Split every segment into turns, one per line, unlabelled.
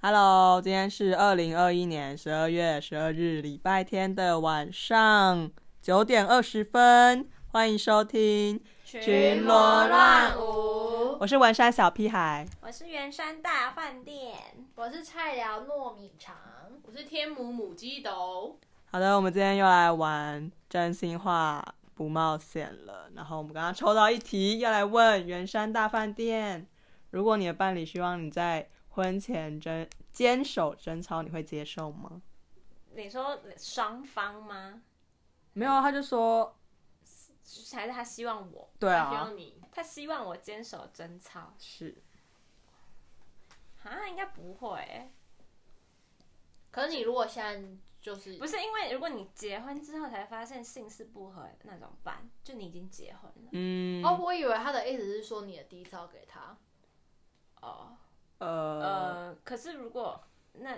Hello，今天是二零二一年十二月十二日礼拜天的晚上九点二十分，欢迎收听，
群魔乱舞。
我是文山小屁孩。
我是圆山大饭店，
我是菜聊糯米肠，
我是天母母鸡斗，
好的，我们今天又来玩真心话不冒险了。然后我们刚刚抽到一题，要来问圆山大饭店：如果你的伴侣希望你在婚前争坚守贞操，你会接受吗？
你说双方吗？
没有，啊他就说
还是他希望我？
对
希
啊，
望你
他希望我坚守贞操
是
啊？应该不会，
可是你如果现在就是
不是因为如果你结婚之后才发现性事不合，那怎么办？就你已经结婚了
嗯
哦，我以为他的意思是说你的低招给他，
哦，
呃
呃，可是如果那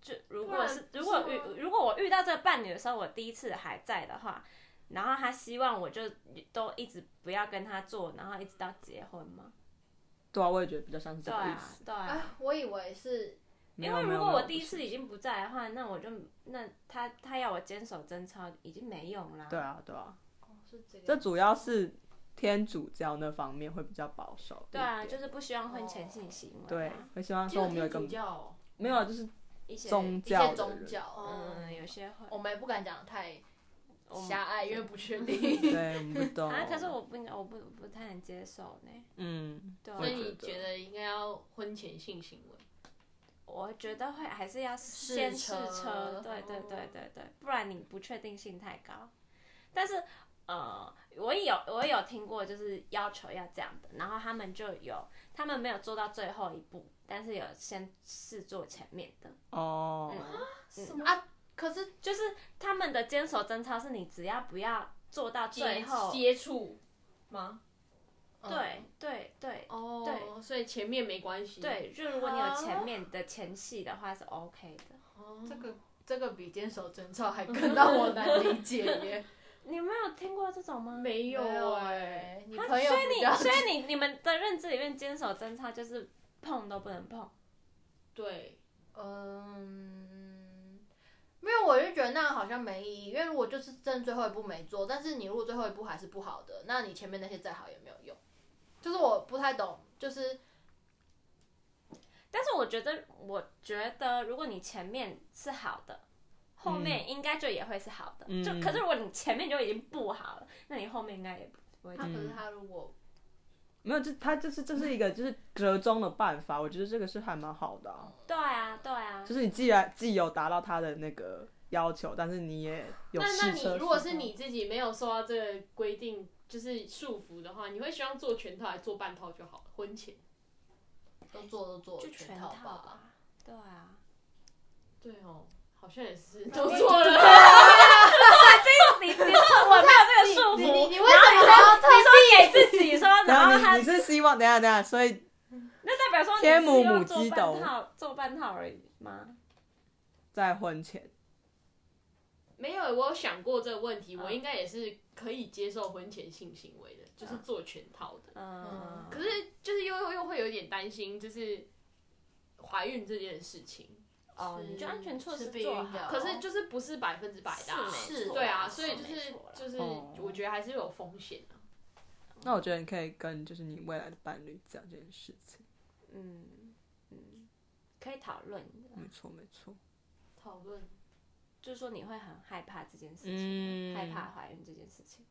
就如
不
果
然
是
不
如果
是吗
遇如果我遇到这个伴侣的时候，我第一次还在的话，然后他希望我就都一直不要跟他做，然后一直到结婚吗？
对啊，我也觉得比较像是这
对
个意
啊
思。，
对啊。
哎，我以为是
没
因
有
为
没
如
有
果
没有
我第一次已经不在的话，那我就那他他要我坚守贞操已经没用啦。
对啊对啊，
哦是这个，
这主要是天主教那方面会比较保守一
对
点。
啊，就是不希望婚前性行为啊。
对，会希望说我们有一个
基督教哦
没有啊，就是
一些
宗
一些
教的
宗
人，
教，哦
嗯有些会
我们也不敢讲得太
我们
狭隘，因为不确 定。
对，我们不懂。
啊，可是我不应该，我不不太能接受呢。
嗯，
对啊，
我
所以
觉
你
得
觉得应该要婚前性行为？
我觉得会还是要先试
车
车，对对对对对，不然你不确定性太高。但是呃，我也有我也有听过，就是要求要这样的，然后他们就有他们没有做到最后一步，但是有先试做前面的，
哦，
嗯，
什么啊？可是
就是他们的坚守贞操是你只要不要做到最
接
后，
接触吗？
哦
对对对
哦
对
所以前面没关系。，
对，就如果你有
啊
前面的前戏的话是 OK 的。
嗯这 个这个比坚守贞操还更 让我难理解 耶。
你没有听过这种吗？
没有
欸
哎、
哎，你
啊
朋友
所以
比较
你所 以你你们的认知里面，坚守贞操就是碰都不能碰。
对，
嗯，没有，我就觉得那样好像没意义，因为如果就是真的最后一步没做，但是你如果最后一步还是不好的，那你前面那些再好也没有用。就是我不太懂，就是
但是我觉得，我觉得如果你前面是好的，后面应该就也会是好的。
嗯
就可是如果你前面就已经不好了，那你后面应该也不会。
他可是
嗯
他如果
没有，就他就是这是一个就是折中的办法，我觉得这个是还蛮好的啊、
对啊，对啊，
就是你既然既有达到他的那个要求，但是你也有
那那
试车。
你如果是你自己没有受到这个规定，就是束缚的话，你会希望做全套还是做半套就好了？婚前。
都做都做
就
全
全套
吧。
吧。对啊，
对哦，好像也是
都
都
做
做了。
你 你说我没有这个束
你你
缚，
你为什么要特
你说给自己说，
等
然
下，
后
啊你
他
你是希望等一下等一下，所以
那代表说你
天母
是要
母
做
鸡
半
斗
套做半套而已吗？
在婚前，
没有，我有想过这个问题，
嗯
我应该也是可以接受婚前性行为的，就是做全套的。
嗯，
可是就是又又又会有点担心，就是怀孕这件事情。
哦，
是
你就安全措施
是避
做
孕药
好。
可是就是不是百分之百的、啊，
是
没错
对啊，
啊是
所以就
没
是
错啦
就是
哦
我觉得还是有风险啊。
那我觉得你可以跟就是你未来的伴侣讲这件事情。
嗯，嗯，可以讨论的，
没错，没错。
讨论
就是说你会很害怕这件事情，
嗯
害怕怀孕这件事情，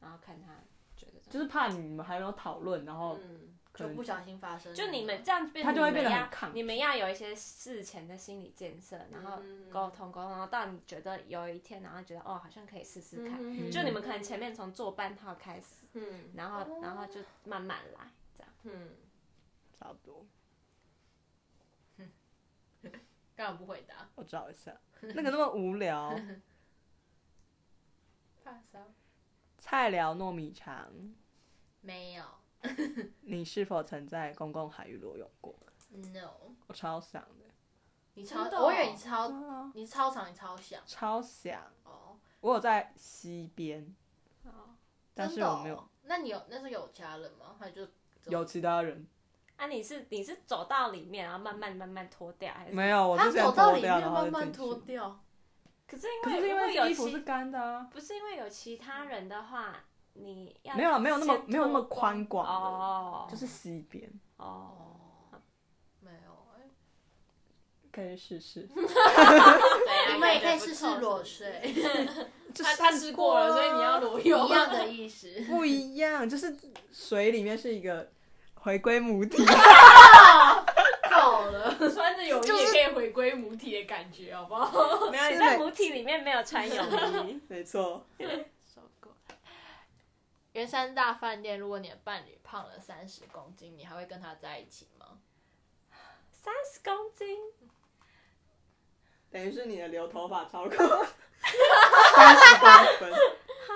然后看他觉得怎
就
么
是怕你们还没有讨论，然
哦
后
嗯，
可
就
能
不小心发生了？
就你们这样变，
他就会
你们
变得很
要
抗拒
你们要有一些事前的心理建设，然后
嗯
沟通沟通，然后到你觉得有一天，然后觉得哦，好像可以试试看。
嗯
就你们可能前面从做半套开始，
嗯
然后
哦
然后就慢慢来，这样。
嗯，
差不多。
干嘛不回答？
我找一下，那个那么无 聊，
怕啊 啥？
菜聊糯米肠，
没有
你是否曾在公共海域裸泳过？
，no。
我超想的，
你超
真，的哦
我以为你超，
对啊，
你超长，你超想
超想。
哦。
我有在西边，
哦，
但是
真的
我
哦
没有。
那你有那时候有家人吗？还是就
有其他人，
啊，你是你是走到里面，然后慢慢慢慢脱掉，还是？
没有，我
他
之前
走到
脱
里
掉
面
然后
慢
就
慢
进
脱
去。
掉，
可是
可
因
是
为
因
如果
为
有
衣服
其
是干的啊，
不是因为有其他人的话，你要
没有啊没有那么
先
没有那么
脱
宽广的
哦，
就是洗一遍，
哦，
没有，哎
可以试试。
啊
你们也可以试试裸睡，
他他试过了，所以你要裸泳。
一 样的意思。
不一样，就是水里面是一个回归母 体，
够 了，
穿着泳衣也可以回归母体的感觉，好不好？
没有你
是
在
没
母体里面没有 穿泳衣，
没错。
受够了。圆山大饭店，如果你的伴侣胖了三十公斤，你还会跟他在一起吗？
三十公斤，
等于是你的留头发超过 三十公分，
嗯。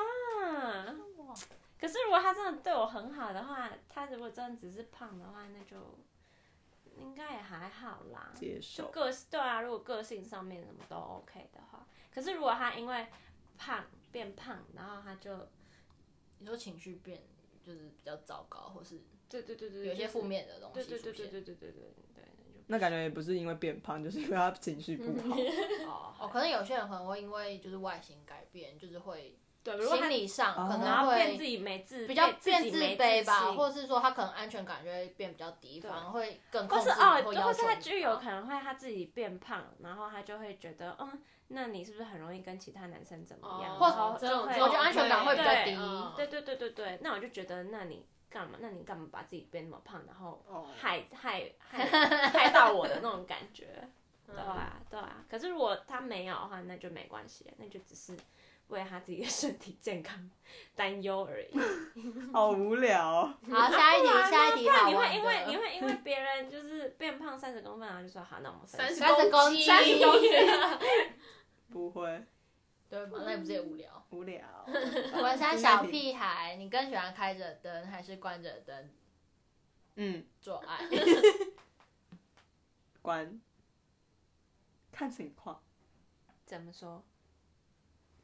可是如果他真的对我很好的话，他如果真的只是胖的话，那就应该也还好啦。
接
就
受。
个对啊，如果个性上面什么都 OK 的话，可是如果他因为胖变胖，然后他就
你说情绪变就是比较糟糕，或是
对对对对，
有一些
就是
负，面的东
对
西
对对
出
对
现？
对对对对对，
那感觉也不是因为变胖，就是因为他情绪不好。
觉哦
哦，可能有些人可能会因为就是外形改变，就是会
对，如果他
心理上
哦
可
然
能
后变自
会
己没自
比较
变
变自
己没
卑吧，
信
或是说他可能安全感就会变比较低，
对
反而会更控
或是
制
哦
你，或
或
要
是
求
他
你
就有
吧
可能会他自己变胖，然后他就会觉得，嗯，那你是不是很容易跟其他男生怎么样？
或
然后
哦这
就
种
会，哦
我觉得安全感会比较低
嗯
对对对对对，那我就觉得，那你干嘛？那你干嘛把自己变那么胖，然后
哦
害害害害到我的那种感觉？对
嗯
啊，对啊。可是如果他没有的话，那就没关系，那就只是为他自己的身体健康 担忧而已。
嗯
好无聊哦、
好，下 一题，下一题，好
你
玩的
会因为你会因为别人就是变胖三十公分，然后就说好，那我们
三
十
十
30公斤
三十公斤，
不会
对吧？那你不是也无聊？
无 聊。
文山小屁孩，你更喜欢开着灯还是关着灯
嗯，
做爱？
关，看情况，
怎么说？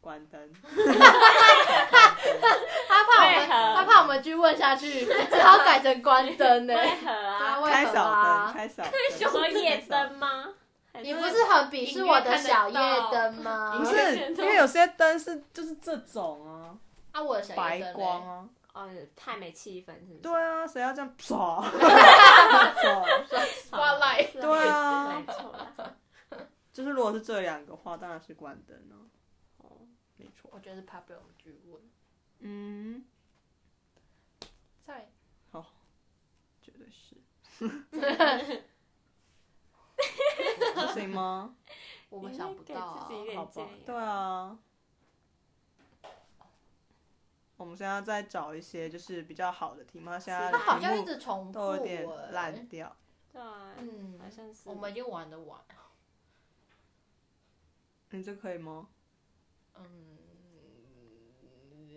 关灯。
他怕我
为
们，
何
他怕我们继续问下 去，只好改成关灯呢、
为何
他
啊？
为
开
何
小灯，
啊？
开 小灯。
就说夜灯吗？还
你不是很鄙视我的小夜灯吗？
不是，因为有些灯是就是这种啊，
啊，我的小夜
白
灯
光
嘞。
啊。
哦，太没气氛是不是？哦
对啊，谁要这样唰 唰？
哇赖，
对啊
没，错啦。
就是如果是这两个话，当然是关灯啊。
哦
没错。
我觉得是怕被我们拒问。
嗯，
在
绝对 是。不行吗？
我们想不到啊
你会给自己一点
好吧
建议，
对啊。我们现在在找一些就是比较好的题目，现在
他好像
题
一
目
直重复、
都有点
欸。
烂掉。
对啊，
嗯
好，像是
我 们就玩的玩。
你这可以吗？
嗯，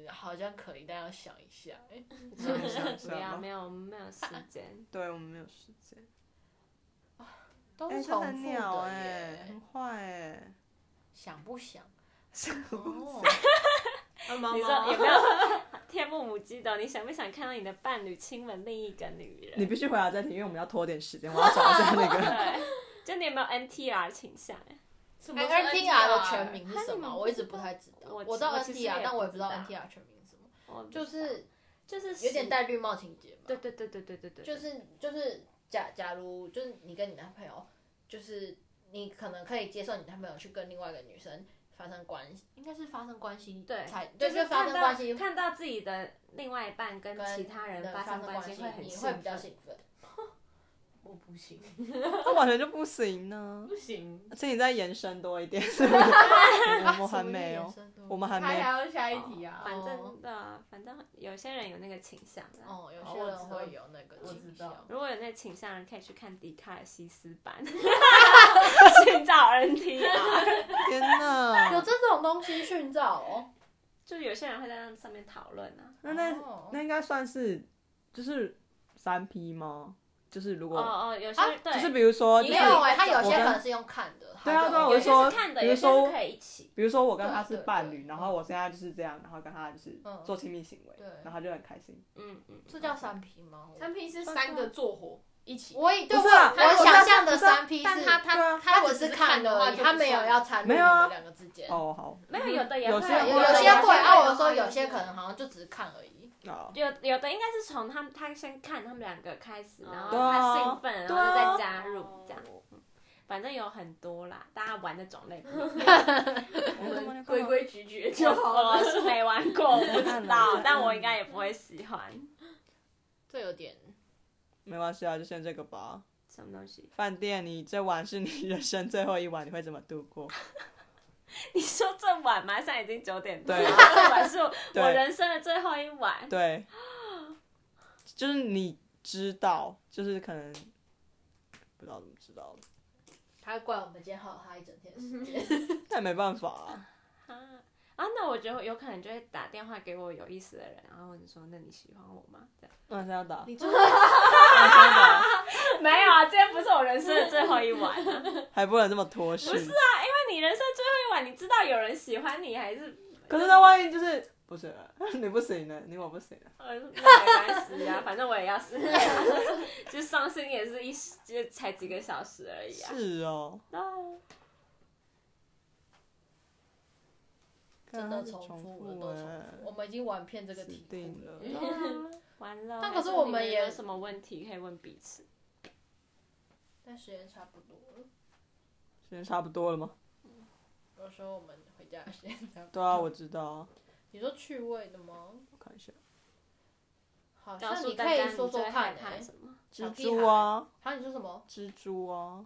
好像可以，但要想一下、欸。
你 想一
不要
下吧
没有没有时间。
对我们没有时间。
都
哎、
是
他
重
很
复的耶。
鸟哎、
欸
很坏哎、
想不想？
欸。
哦，
妈
你说有没有天幕母鸡的？你想不想看到你的伴侣亲吻另一个女人？
你必须回答这题，因为我们要拖点时间，我要找一下那个。
对，就你有没有 NTR 倾向？啊
什么是
NTR 的啊全名
哈
是什
你们
么？
不
我一直
知
不
道
太知道。
我
我知道
我其实
NTR，
也
但
不
我也不知道
知道
NTR 全名是什么，
我不
就是
就是
有点
十
戴绿帽情节吧。
对，对对对对对对，
就是就是假假如就是你跟你男朋友，就是你可能可以接受你男朋友去跟另外一个女生发生关系，应该是发生关系
对
才，
就
对，
是
发
看
生
到
关系
看到自己的另外一半跟
跟
其他人
人
发生
关
关系
系
会很
你
兴
会
奋
比较兴奋。我不行，
他完全就不行呢
不。行，
而且你再延伸多 一点，我们还没有，我们还
他
没。
还要下一题啊
哦。反
哦
正对啊，反正有些人有那个倾向啦。
哦，有
哦
些
我
人
知道
会有那个
我
倾
知道
向
如果有那个倾向的人，可以去看迪卡尔西斯 版，寻找 NTR。
天哪！
有这种东西寻找哦。
就有些人会在那上面讨论啊。
那那
哦
那应该算是就是三 P 吗？就是如
哦
果
哦，有些人对
啊就是比如说就
你
是
没
也
有哎、
有
他有
我
些
跟
可能是用看的。
对啊
他
对啊，
就
我就
有些
说
是看，的，
比
有
如
些是
说
可以一起。
比如说我跟他
对对
是伴侣，
对
然后我现在就是这样，然后跟他就是
嗯
做亲密行为
对，
然后他就很开心。
嗯嗯，
这叫三 P 吗？
产品是三个做火，一起。
我以对我
不是啊
我想象的
不是啊
三 P
但
是，
他
对啊
他
他
我
只是看
的话
而
就
已，
不算，
他没有要掺入
没
你
有啊
们两个之间。
哦，好，
没有有的也
有
会
些
对，有
我
有
的
些
也
会，
啊，
啊，
有
我说
有
有
些
些
会
可能好像就只是看而已。
哦，
有有的应该是从他们他先看他们两个开始，
哦
然后
对
啊
他兴奋，然
对啊哦
后就再加入这样。嗯反正有很多啦，大家玩的种类不一样。
我干嘛你干嘛
规规矩矩就好了。
我是没玩过， 我不知道
嗯，
但我应该也不会喜欢
这有点，
没关系啊，就先这个吧。
什么东西。
饭店，你这晚是你人生最后一晚，你会怎么度过？
你说这晚吗？现在已经九点多了，
对
这晚是我
对
我人生的最后一晚。
对，就是你知道，就是可能不知道怎么知道的，
他怪我们今天耗了他一整天的时间。
但没办法啊。
啊啊，那我觉得有可能就会打电话给我有意思的人，然后你说那你喜欢我吗？这样
晚上要打，
你就是
晚上要
没有啊，今天不是我人生的最后一 晚、啊。
打，还不能这么拖序。
不是啊，因为你人生最后一晚，你知道有人喜欢你还是？
可是那万一就是不是 你不行了，你我不行了，
呃那没关系 啊，反正我也要死、就伤心也是一时就才几个小时
哎
而已啊。
是哦，
啊
真
刚
的
刚
重
是
复
复
了，都重复。 我
欸，
们已经玩遍这个
死
题
定
目。
了。
完了，
但可是我
还
们
你
也
有什么问题可以问彼此？
但时间差不多了，
时间差不多了吗？
我说我们回家的时间差不
对啊，我知道啊，
你说趣味的吗？
我看一下。
好
告
像
诉
你
大
可
家
以说
你最
说
害
看
怕
欸
什么？
蜘蛛啊，
好，你说什么？
蜘蛛啊，
哦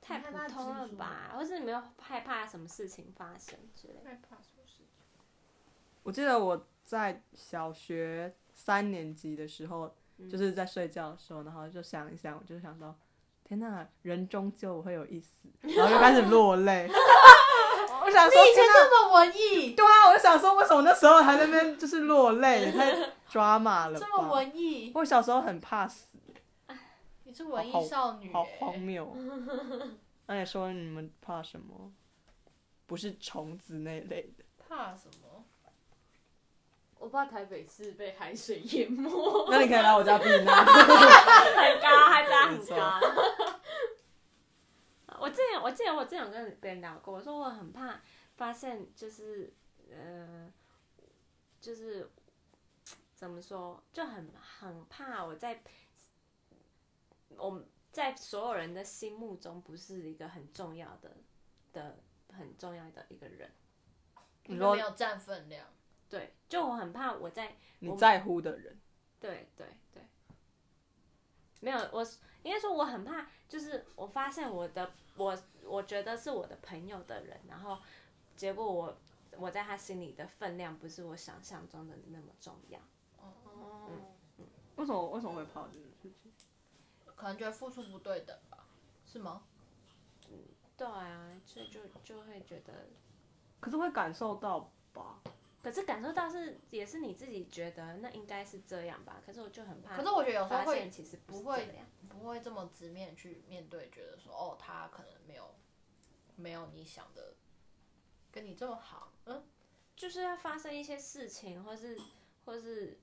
太
你害
普
怕
通了
蜘蛛
吧？或是你没有害怕什么事情发生之类的？
害怕什么事情？
我记得我在小学三年级的时候，
嗯
就是在睡觉的时候，然后就想一想，我就想到，天哪，人终究会有一死，然后就开始落 泪。我想
你
说，
以前
天哪，
这么文艺，
对啊，我就想说，为什么那时候还在那边就是落泪，也 太抓马了
这么
吧？
文艺，
我小时候很怕死，
你是文艺少女、
好荒
欸。
谬。哦 那你说你们怕什么？不是虫子那类的，
怕什么？
我怕台北市被海水淹没，
那你可以来我家避 难。
很高，他家
没
很
错
高。我之前我记得我之前有跟别人聊过，我说我很怕发现就是呃，就是怎么说，就很很怕我在我在所有人的心目中不是一个很重要的的很重要的一个人。
你
因为
说
没有占分量，
对，就我很怕我在
你在乎的人，
对对对，没有，我是应该说我很怕，就是我发现我的我我觉得是我的朋友的人，然后结果我我在他心里的分量不是我想象中的那么重要，
哦嗯
为什么为什么会怕这个事情？
可能觉得付出不对等吧？是吗？
对啊，所以就就会觉得，
可是会感受到吧？
可是感受到是也是你自己觉得那应该是这样吧，可是我就很怕，
可是我觉得有时候
发现
会
其实
不
是
会
这样，
不会这么直面去面对，觉得说哦，他可能没有没有你想的跟你这么好，嗯，
就是要发生一些事情，或是或是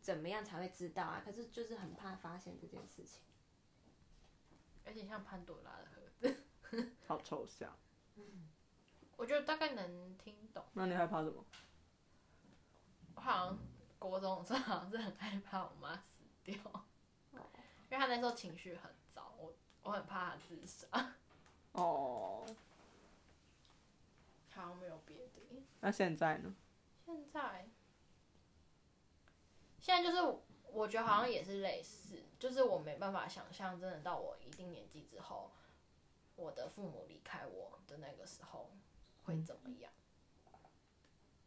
怎么样才会知道啊，可是就是很怕发现这件事情。
有点像潘朵拉的盒。
好抽象。
我觉得大概能听懂。
那你害怕什么？
我好像国中的时候好像是很害怕我妈死掉，哦因为她那时候情绪很糟，我我很怕她自杀。
哦，
好像没有别的。
那现在呢？
现在，现在就是我觉得好像也是类似，就是我没办法想象，真的到我一定年纪之后，我的父母离开我的那个时候会怎么样。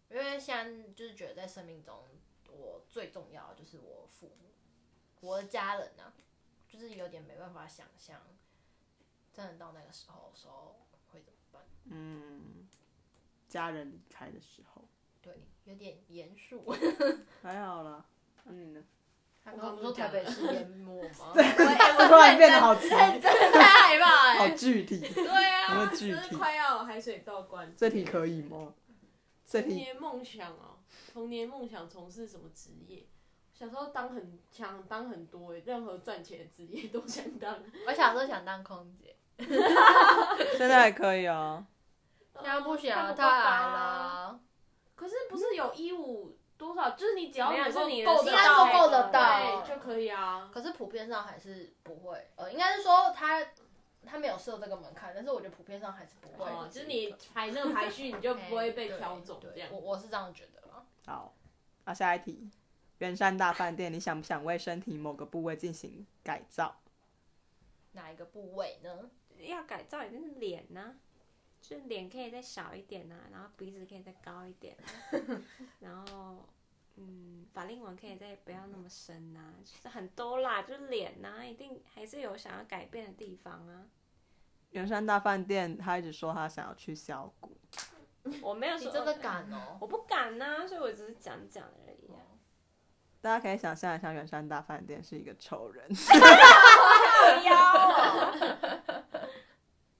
因为现在就是觉得在生命中，我最重要的就是我父母，我的家人呢、就是有点没办法想象，真的到那个时候的时候会怎么办？
嗯，家人离开的时候，
对，有点严肃。
还好啦。那你呢？
他
我
刚
刚
不
不
是说
是
台
讲
北
了
市淹没吗？
这突然变得 好急，
真的太害怕
好
哎、
具体。
对啊，
有没有具
就是
体
快要海水倒灌。
这题可以吗？这
童
题
年梦想哦，童年梦想从事什么职业？小时候当很想当很多、欸，任何赚钱的职业都想当。
我小时候想当空姐，
现在还可以哦。
现在不想
当
了，
不
太矮
到啊。
了。
可是不是有一五多少？就是你只要
没有
能够
是你的
够
应
得
该
到，
是够得
到
对就可以啊。
可是普遍上还是不会，呃，应该是说他他没有设这个门槛，但是我觉得普遍上还是不会。
哦，就是你排那个排序，你就不会被挑 中
对
这样
我。我是这样觉得啦。
好，那下一题，圆山大饭店，你想不想为身体某个部位进行改造？
哪一个部位呢？
要改造一定是脸呐、就是脸可以再小一点呐、啊然后鼻子可以再高一点、啊， 然后嗯，法令纹可以再不要那么深呐、啊就是很多啦，就是脸呐、一定还是有想要改变的地方啊。
圆山大饭店，他一直说他想要去削骨，
我没有
你
说
真的，敢哦、
我不敢呐、所以我只是讲讲而 已、啊。
大家可以想象一下，圆山大饭店是一个仇人。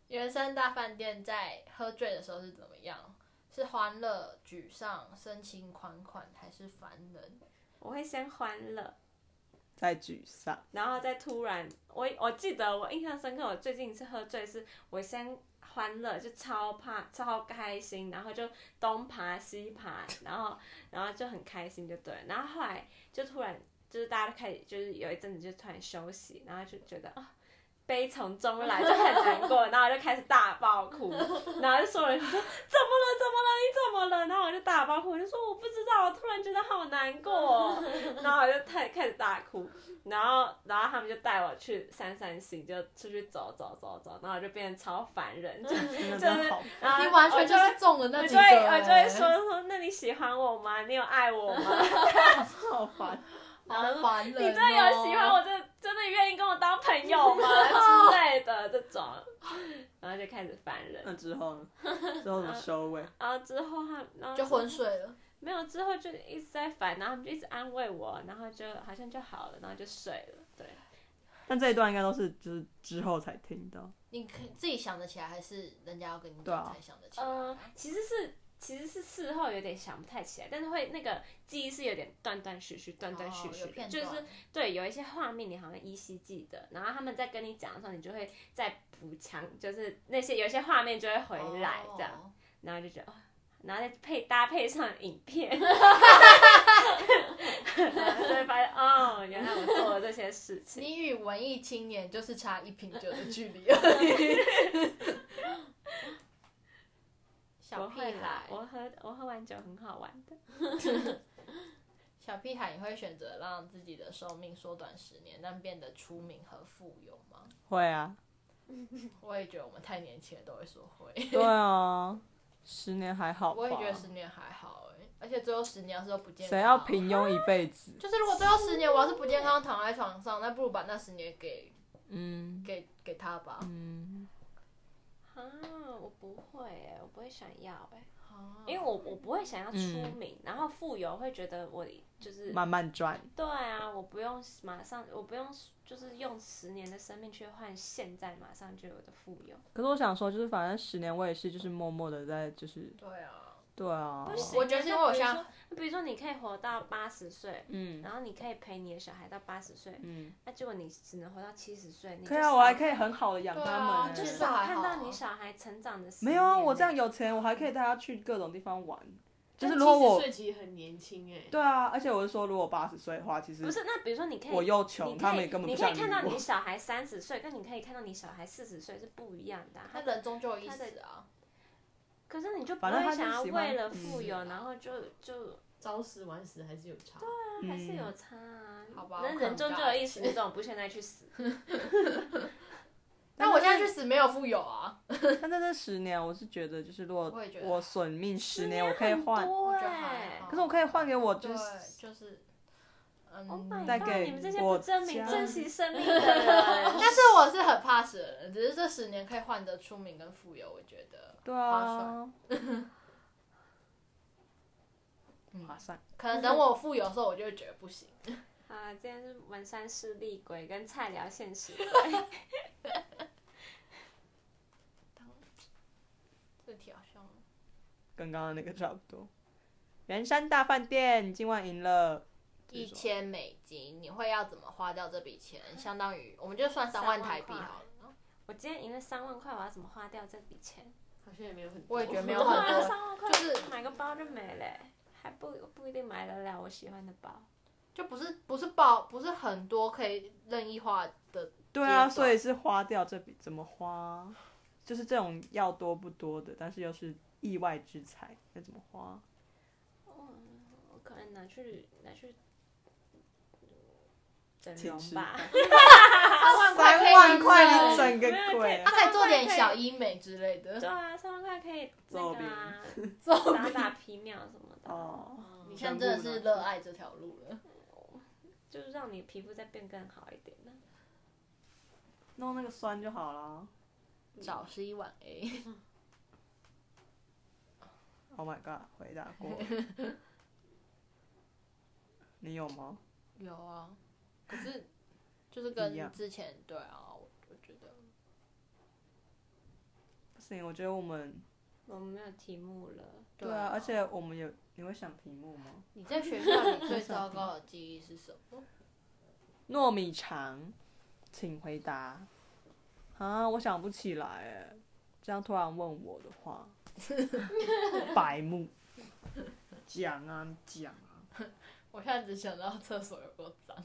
原生大饭店在喝醉的时候是怎么样？是欢乐、沮丧、深情款款，还是烦人？
我会先欢乐，
在沮 丧，
然后再突然，我我记得我印象深刻，我最近一次喝醉是，我先欢乐，就超怕超开心，然后就东爬西爬，然后然后就很开心就对了，然后后来就突然就是大家都开始就是有一阵子就突然休息，然后就觉得啊。悲从中来，就很难过，然后我就开始大爆 哭，然后就所有人就说怎么了，怎么了，你怎么了？然后我就大爆哭，我就说我不知道，我突然觉得好难 过哦、然后我就开开始大哭，然后，然后他们就带我去散散心，就出去走走走走，然后我就变成超凡人，就
嗯真
就是
的好。
然
啊
后
你完全就
我
是中了
就
那
会我
几
就
个、
会
欸。
我就会说说，那你喜欢我吗？你有爱 我吗？
好烦，
好烦人、哦
你真的有喜欢？我，真的真的愿意跟我当朋友 吗？之类的这种，然后就开始烦
那
嗯
人，
之后呢？之后怎么收尾？
然后之后他，然后
就昏睡了。
没有之后就一直在烦，然后他们就一直安慰我，然后就好像就好了，然后就睡了，对。
但这一段应该都是就是之后才听到。
你可以自己想得起来，还是人家要跟你
对啊
讲才想得起来？
呃，其实是其实是事后有点想不太起来，但是会那个记忆是有点断断续续、断断续
哦
续
有
的，
片
就
段
嗯是对有一些画面你好像依稀记得，然后他们在跟你讲的时候，你就会再补强，就是那些有一些画面就会回来这样，
哦
然后就觉得。哦然后再配搭配上影片， 然后就会发现哦，原来我做了这些事情。
你与文艺青年就是差一瓶酒的距离而已。小
我
屁
会
孩，，
啦我喝我喝完酒很好玩的。
小屁孩，你会选择让自己的寿命缩短十年，但变得出名和富有吗？
会 啊，
我也觉得我们太年轻了，都会说会。
对啊，十年还好吧。
我也觉得十年还好哎、而且最后十年要是都不健康，
谁要？平庸一辈子？
就是如果最后十年我要是不健康躺在床上，那不如把那十年给
嗯
给给他吧。
嗯，
啊，我不会欸，我不会想要哎、
啊
因为我我不会想要出
嗯
名，然后富有会觉得我就是
慢慢赚。
对啊，我不用马上，我不用就是用十年的生命去换现在马上就有的富有，
哦
可是我想说，就是反正十年我也是，就是默默的在，就是
对啊，
对啊
不，
行
行。
我觉得是因为我像
就比如说，比如说你可以活到八十岁，
嗯
然后你可以陪你的小孩到八十岁，
嗯，
那、结果你只能活到七十岁，你
可以啊，我还可以很好的养
对
他
啊
们欸。
就
至
是
少还
看
好
到
啊
你小孩成长的十
没有啊，
年
我
欸
这样有钱，我还可以带他去各种地方玩。就
但
是如果
70
我
岁其实很年轻哎、
对啊，而且我是说，如果八十岁的话，其实
不是那比如说你可以
我又
你
穷，
可
他
以
们也根本
你
不
可
想
以看到
理
你
我。
小孩三十岁，跟你可以看到你小孩四十岁是不一样的啊、
他人终究有一死啊，
可是你就不
反正他
会
就
想要
喜欢
为了
嗯
富有，然后就就
早死晚死还是有差。
那还是
嗯
有差啊。
好吧我可
那人
能
终
比
究
较
有一死，你怎么不现在去 死？
但我现在去死没有富有啊，
但在这十年，我是觉得，就是如果
我也觉得
我损命十年，我可以换，
多
我觉得
哎
还、好
可是我可以换给我就
对
是，
就是，
Oh
嗯，
带
my
给
god！你们这些
我
不证明
家
珍惜生命的 人，
但是我是很怕死的人，只是这十年可以换得出名跟富有，我觉得
对
划算。
啊，
嗯
划算。
可能等我富有的时候，我就会觉得不行。
啊，今天是文山势利鬼跟菜聊现实鬼，
这题好像
跟刚刚那个差不多。圆山大饭店，你今晚赢了，比
一
如说
千美金，你会要怎么花掉这笔钱？相当于我们就算三万台币
3万块
好了。
我今天赢了三万块，我要怎么花掉这笔钱？
好像也没有很多，
我也觉得没有
对
很 多
啊，三万块
就是
买个包就没了欸、还不不一定买得了我喜欢的包。
就不是不是报不是很多可以任意花的，
对啊，
阶段
所以是花掉这笔怎么花，就是这种要多不多的，但是又是意外之财，该怎么花？
嗯，我可能拿去拿去整
请
容
吃
吧。
三万块可
三
以
万
整
块你
容
整
没有
个鬼啊、
他可以做点小医美之类
对
的。
啊，三万块可以那
揍
个
别
啊，
揍
打
你
打皮秒什么的，啊
哦，
你
像
现在真的是热爱这条路了。
就是让你皮肤再变更好一点呢。
弄那个酸就好了。
早是一晚 A，
Oh my god，回答过。 你有吗？
有啊，可是就是
一
跟
样
之前对啊，我我觉得
不行，我觉得我们
我们没有题目了，
对啊，而且我们有你会想题目吗？
你在学校里最糟糕的记忆是什么？
糯米肠，请回答。啊，我想不起来哎，这样突然问我的 话，白目。讲啊，你讲啊。
我现在只想到厕所有够脏。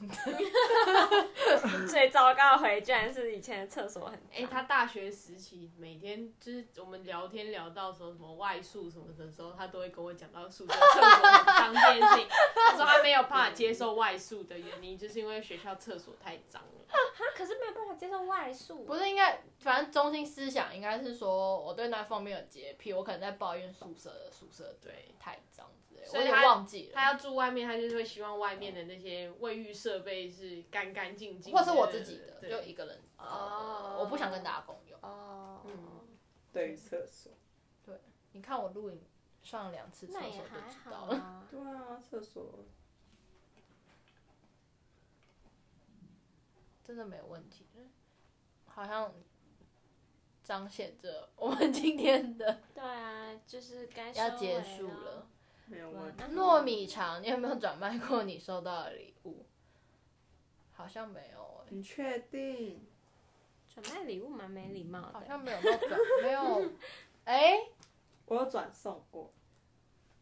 最糟糕的回居然是以前的厕所很
哎、他大学时期每天就是我们聊天聊到说什么外宿什么的时候，他都会跟我讲到宿舍厕所很脏这件事情。他说他没有办法接受外宿的原因，就是因为学校厕所太脏了。
他可是没有办法接受外宿，
不是应该，反正中心思想应该是说，我对那方面有洁癖，我可能在抱怨宿舍的宿舍
对
太脏之类的，
所
我
以
也
他
忘记了，
他要住外面，他就是会希望外面的那些卫浴设备是干干净净的，
或是我自己的，
对
就一个人，
哦
我不想跟大家共用。
哦，
嗯
对于厕所。
你看我录影上了两次厕所
那也
就
还
知
好
道了。
啊。
对啊，厕所。
真的没有问题。好像彰显着我们今天的
对啊，就是该收
要结
尾
束了。嗯
没有
对啊
问。题。
那
糯米肠，你有没有转卖过你收到的礼物？好像没有欸
你确定？
准备礼物蛮没礼貌
好
的，
像没有到转，没 有。哎、
我有转送过。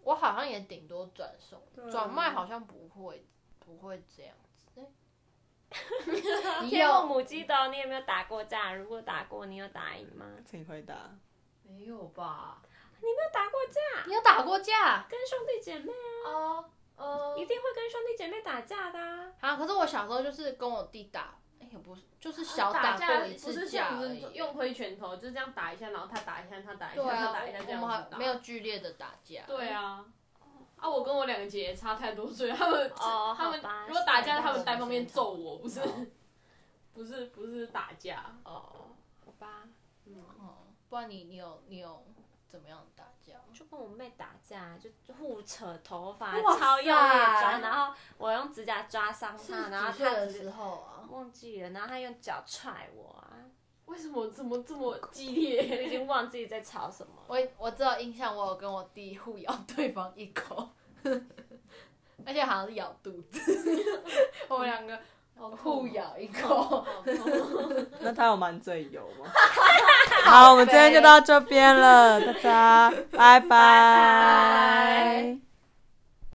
我好像也顶多转送
对，啊
转卖好像不会，不会这样子。 哎你
天后
有
母鸡的哦，你有没有打过架？如果打过，你有打赢吗？
请回答。
没有吧？
你没有打过架，
你有打过架
跟兄弟姐妹啊，
哦？呃
一定会跟兄弟姐妹打架的啊。
啊，可是我小时候就是跟我弟打，哎、也不是，就是小过一
不是
次
像
架
啊不
而
是
已。
用挥拳头，就是这样打一下，然后他打一下，他打一下，
对
他
啊，
打一下这
我
样
们
子
还
打。
没有剧烈的打架。
对啊，啊，我跟我两个姐姐差太多岁，他们、
哦
他们
好吧
如果打
啊
架，
是
他们单方面揍我，不是、 不是不是打架，
哦，
好吧，
哦，不然你你有你有怎么样打架？
就跟我妹打架，就就互扯头发，
哇塞
超用力地抓，然后我用指甲抓伤她，然后
几岁
她
的
直
时候啊？
忘记了，然后她用脚踹我啊，
为什么怎么这么激
我已
烈？
经忘记在吵什么了。
我我只有印象，我有跟我弟互咬对方一口， 而且好像是咬肚子， 我们两个
啊
互咬一口。
那他有满嘴油吗？ 好，我们今天就到这边了，大家拜拜
拜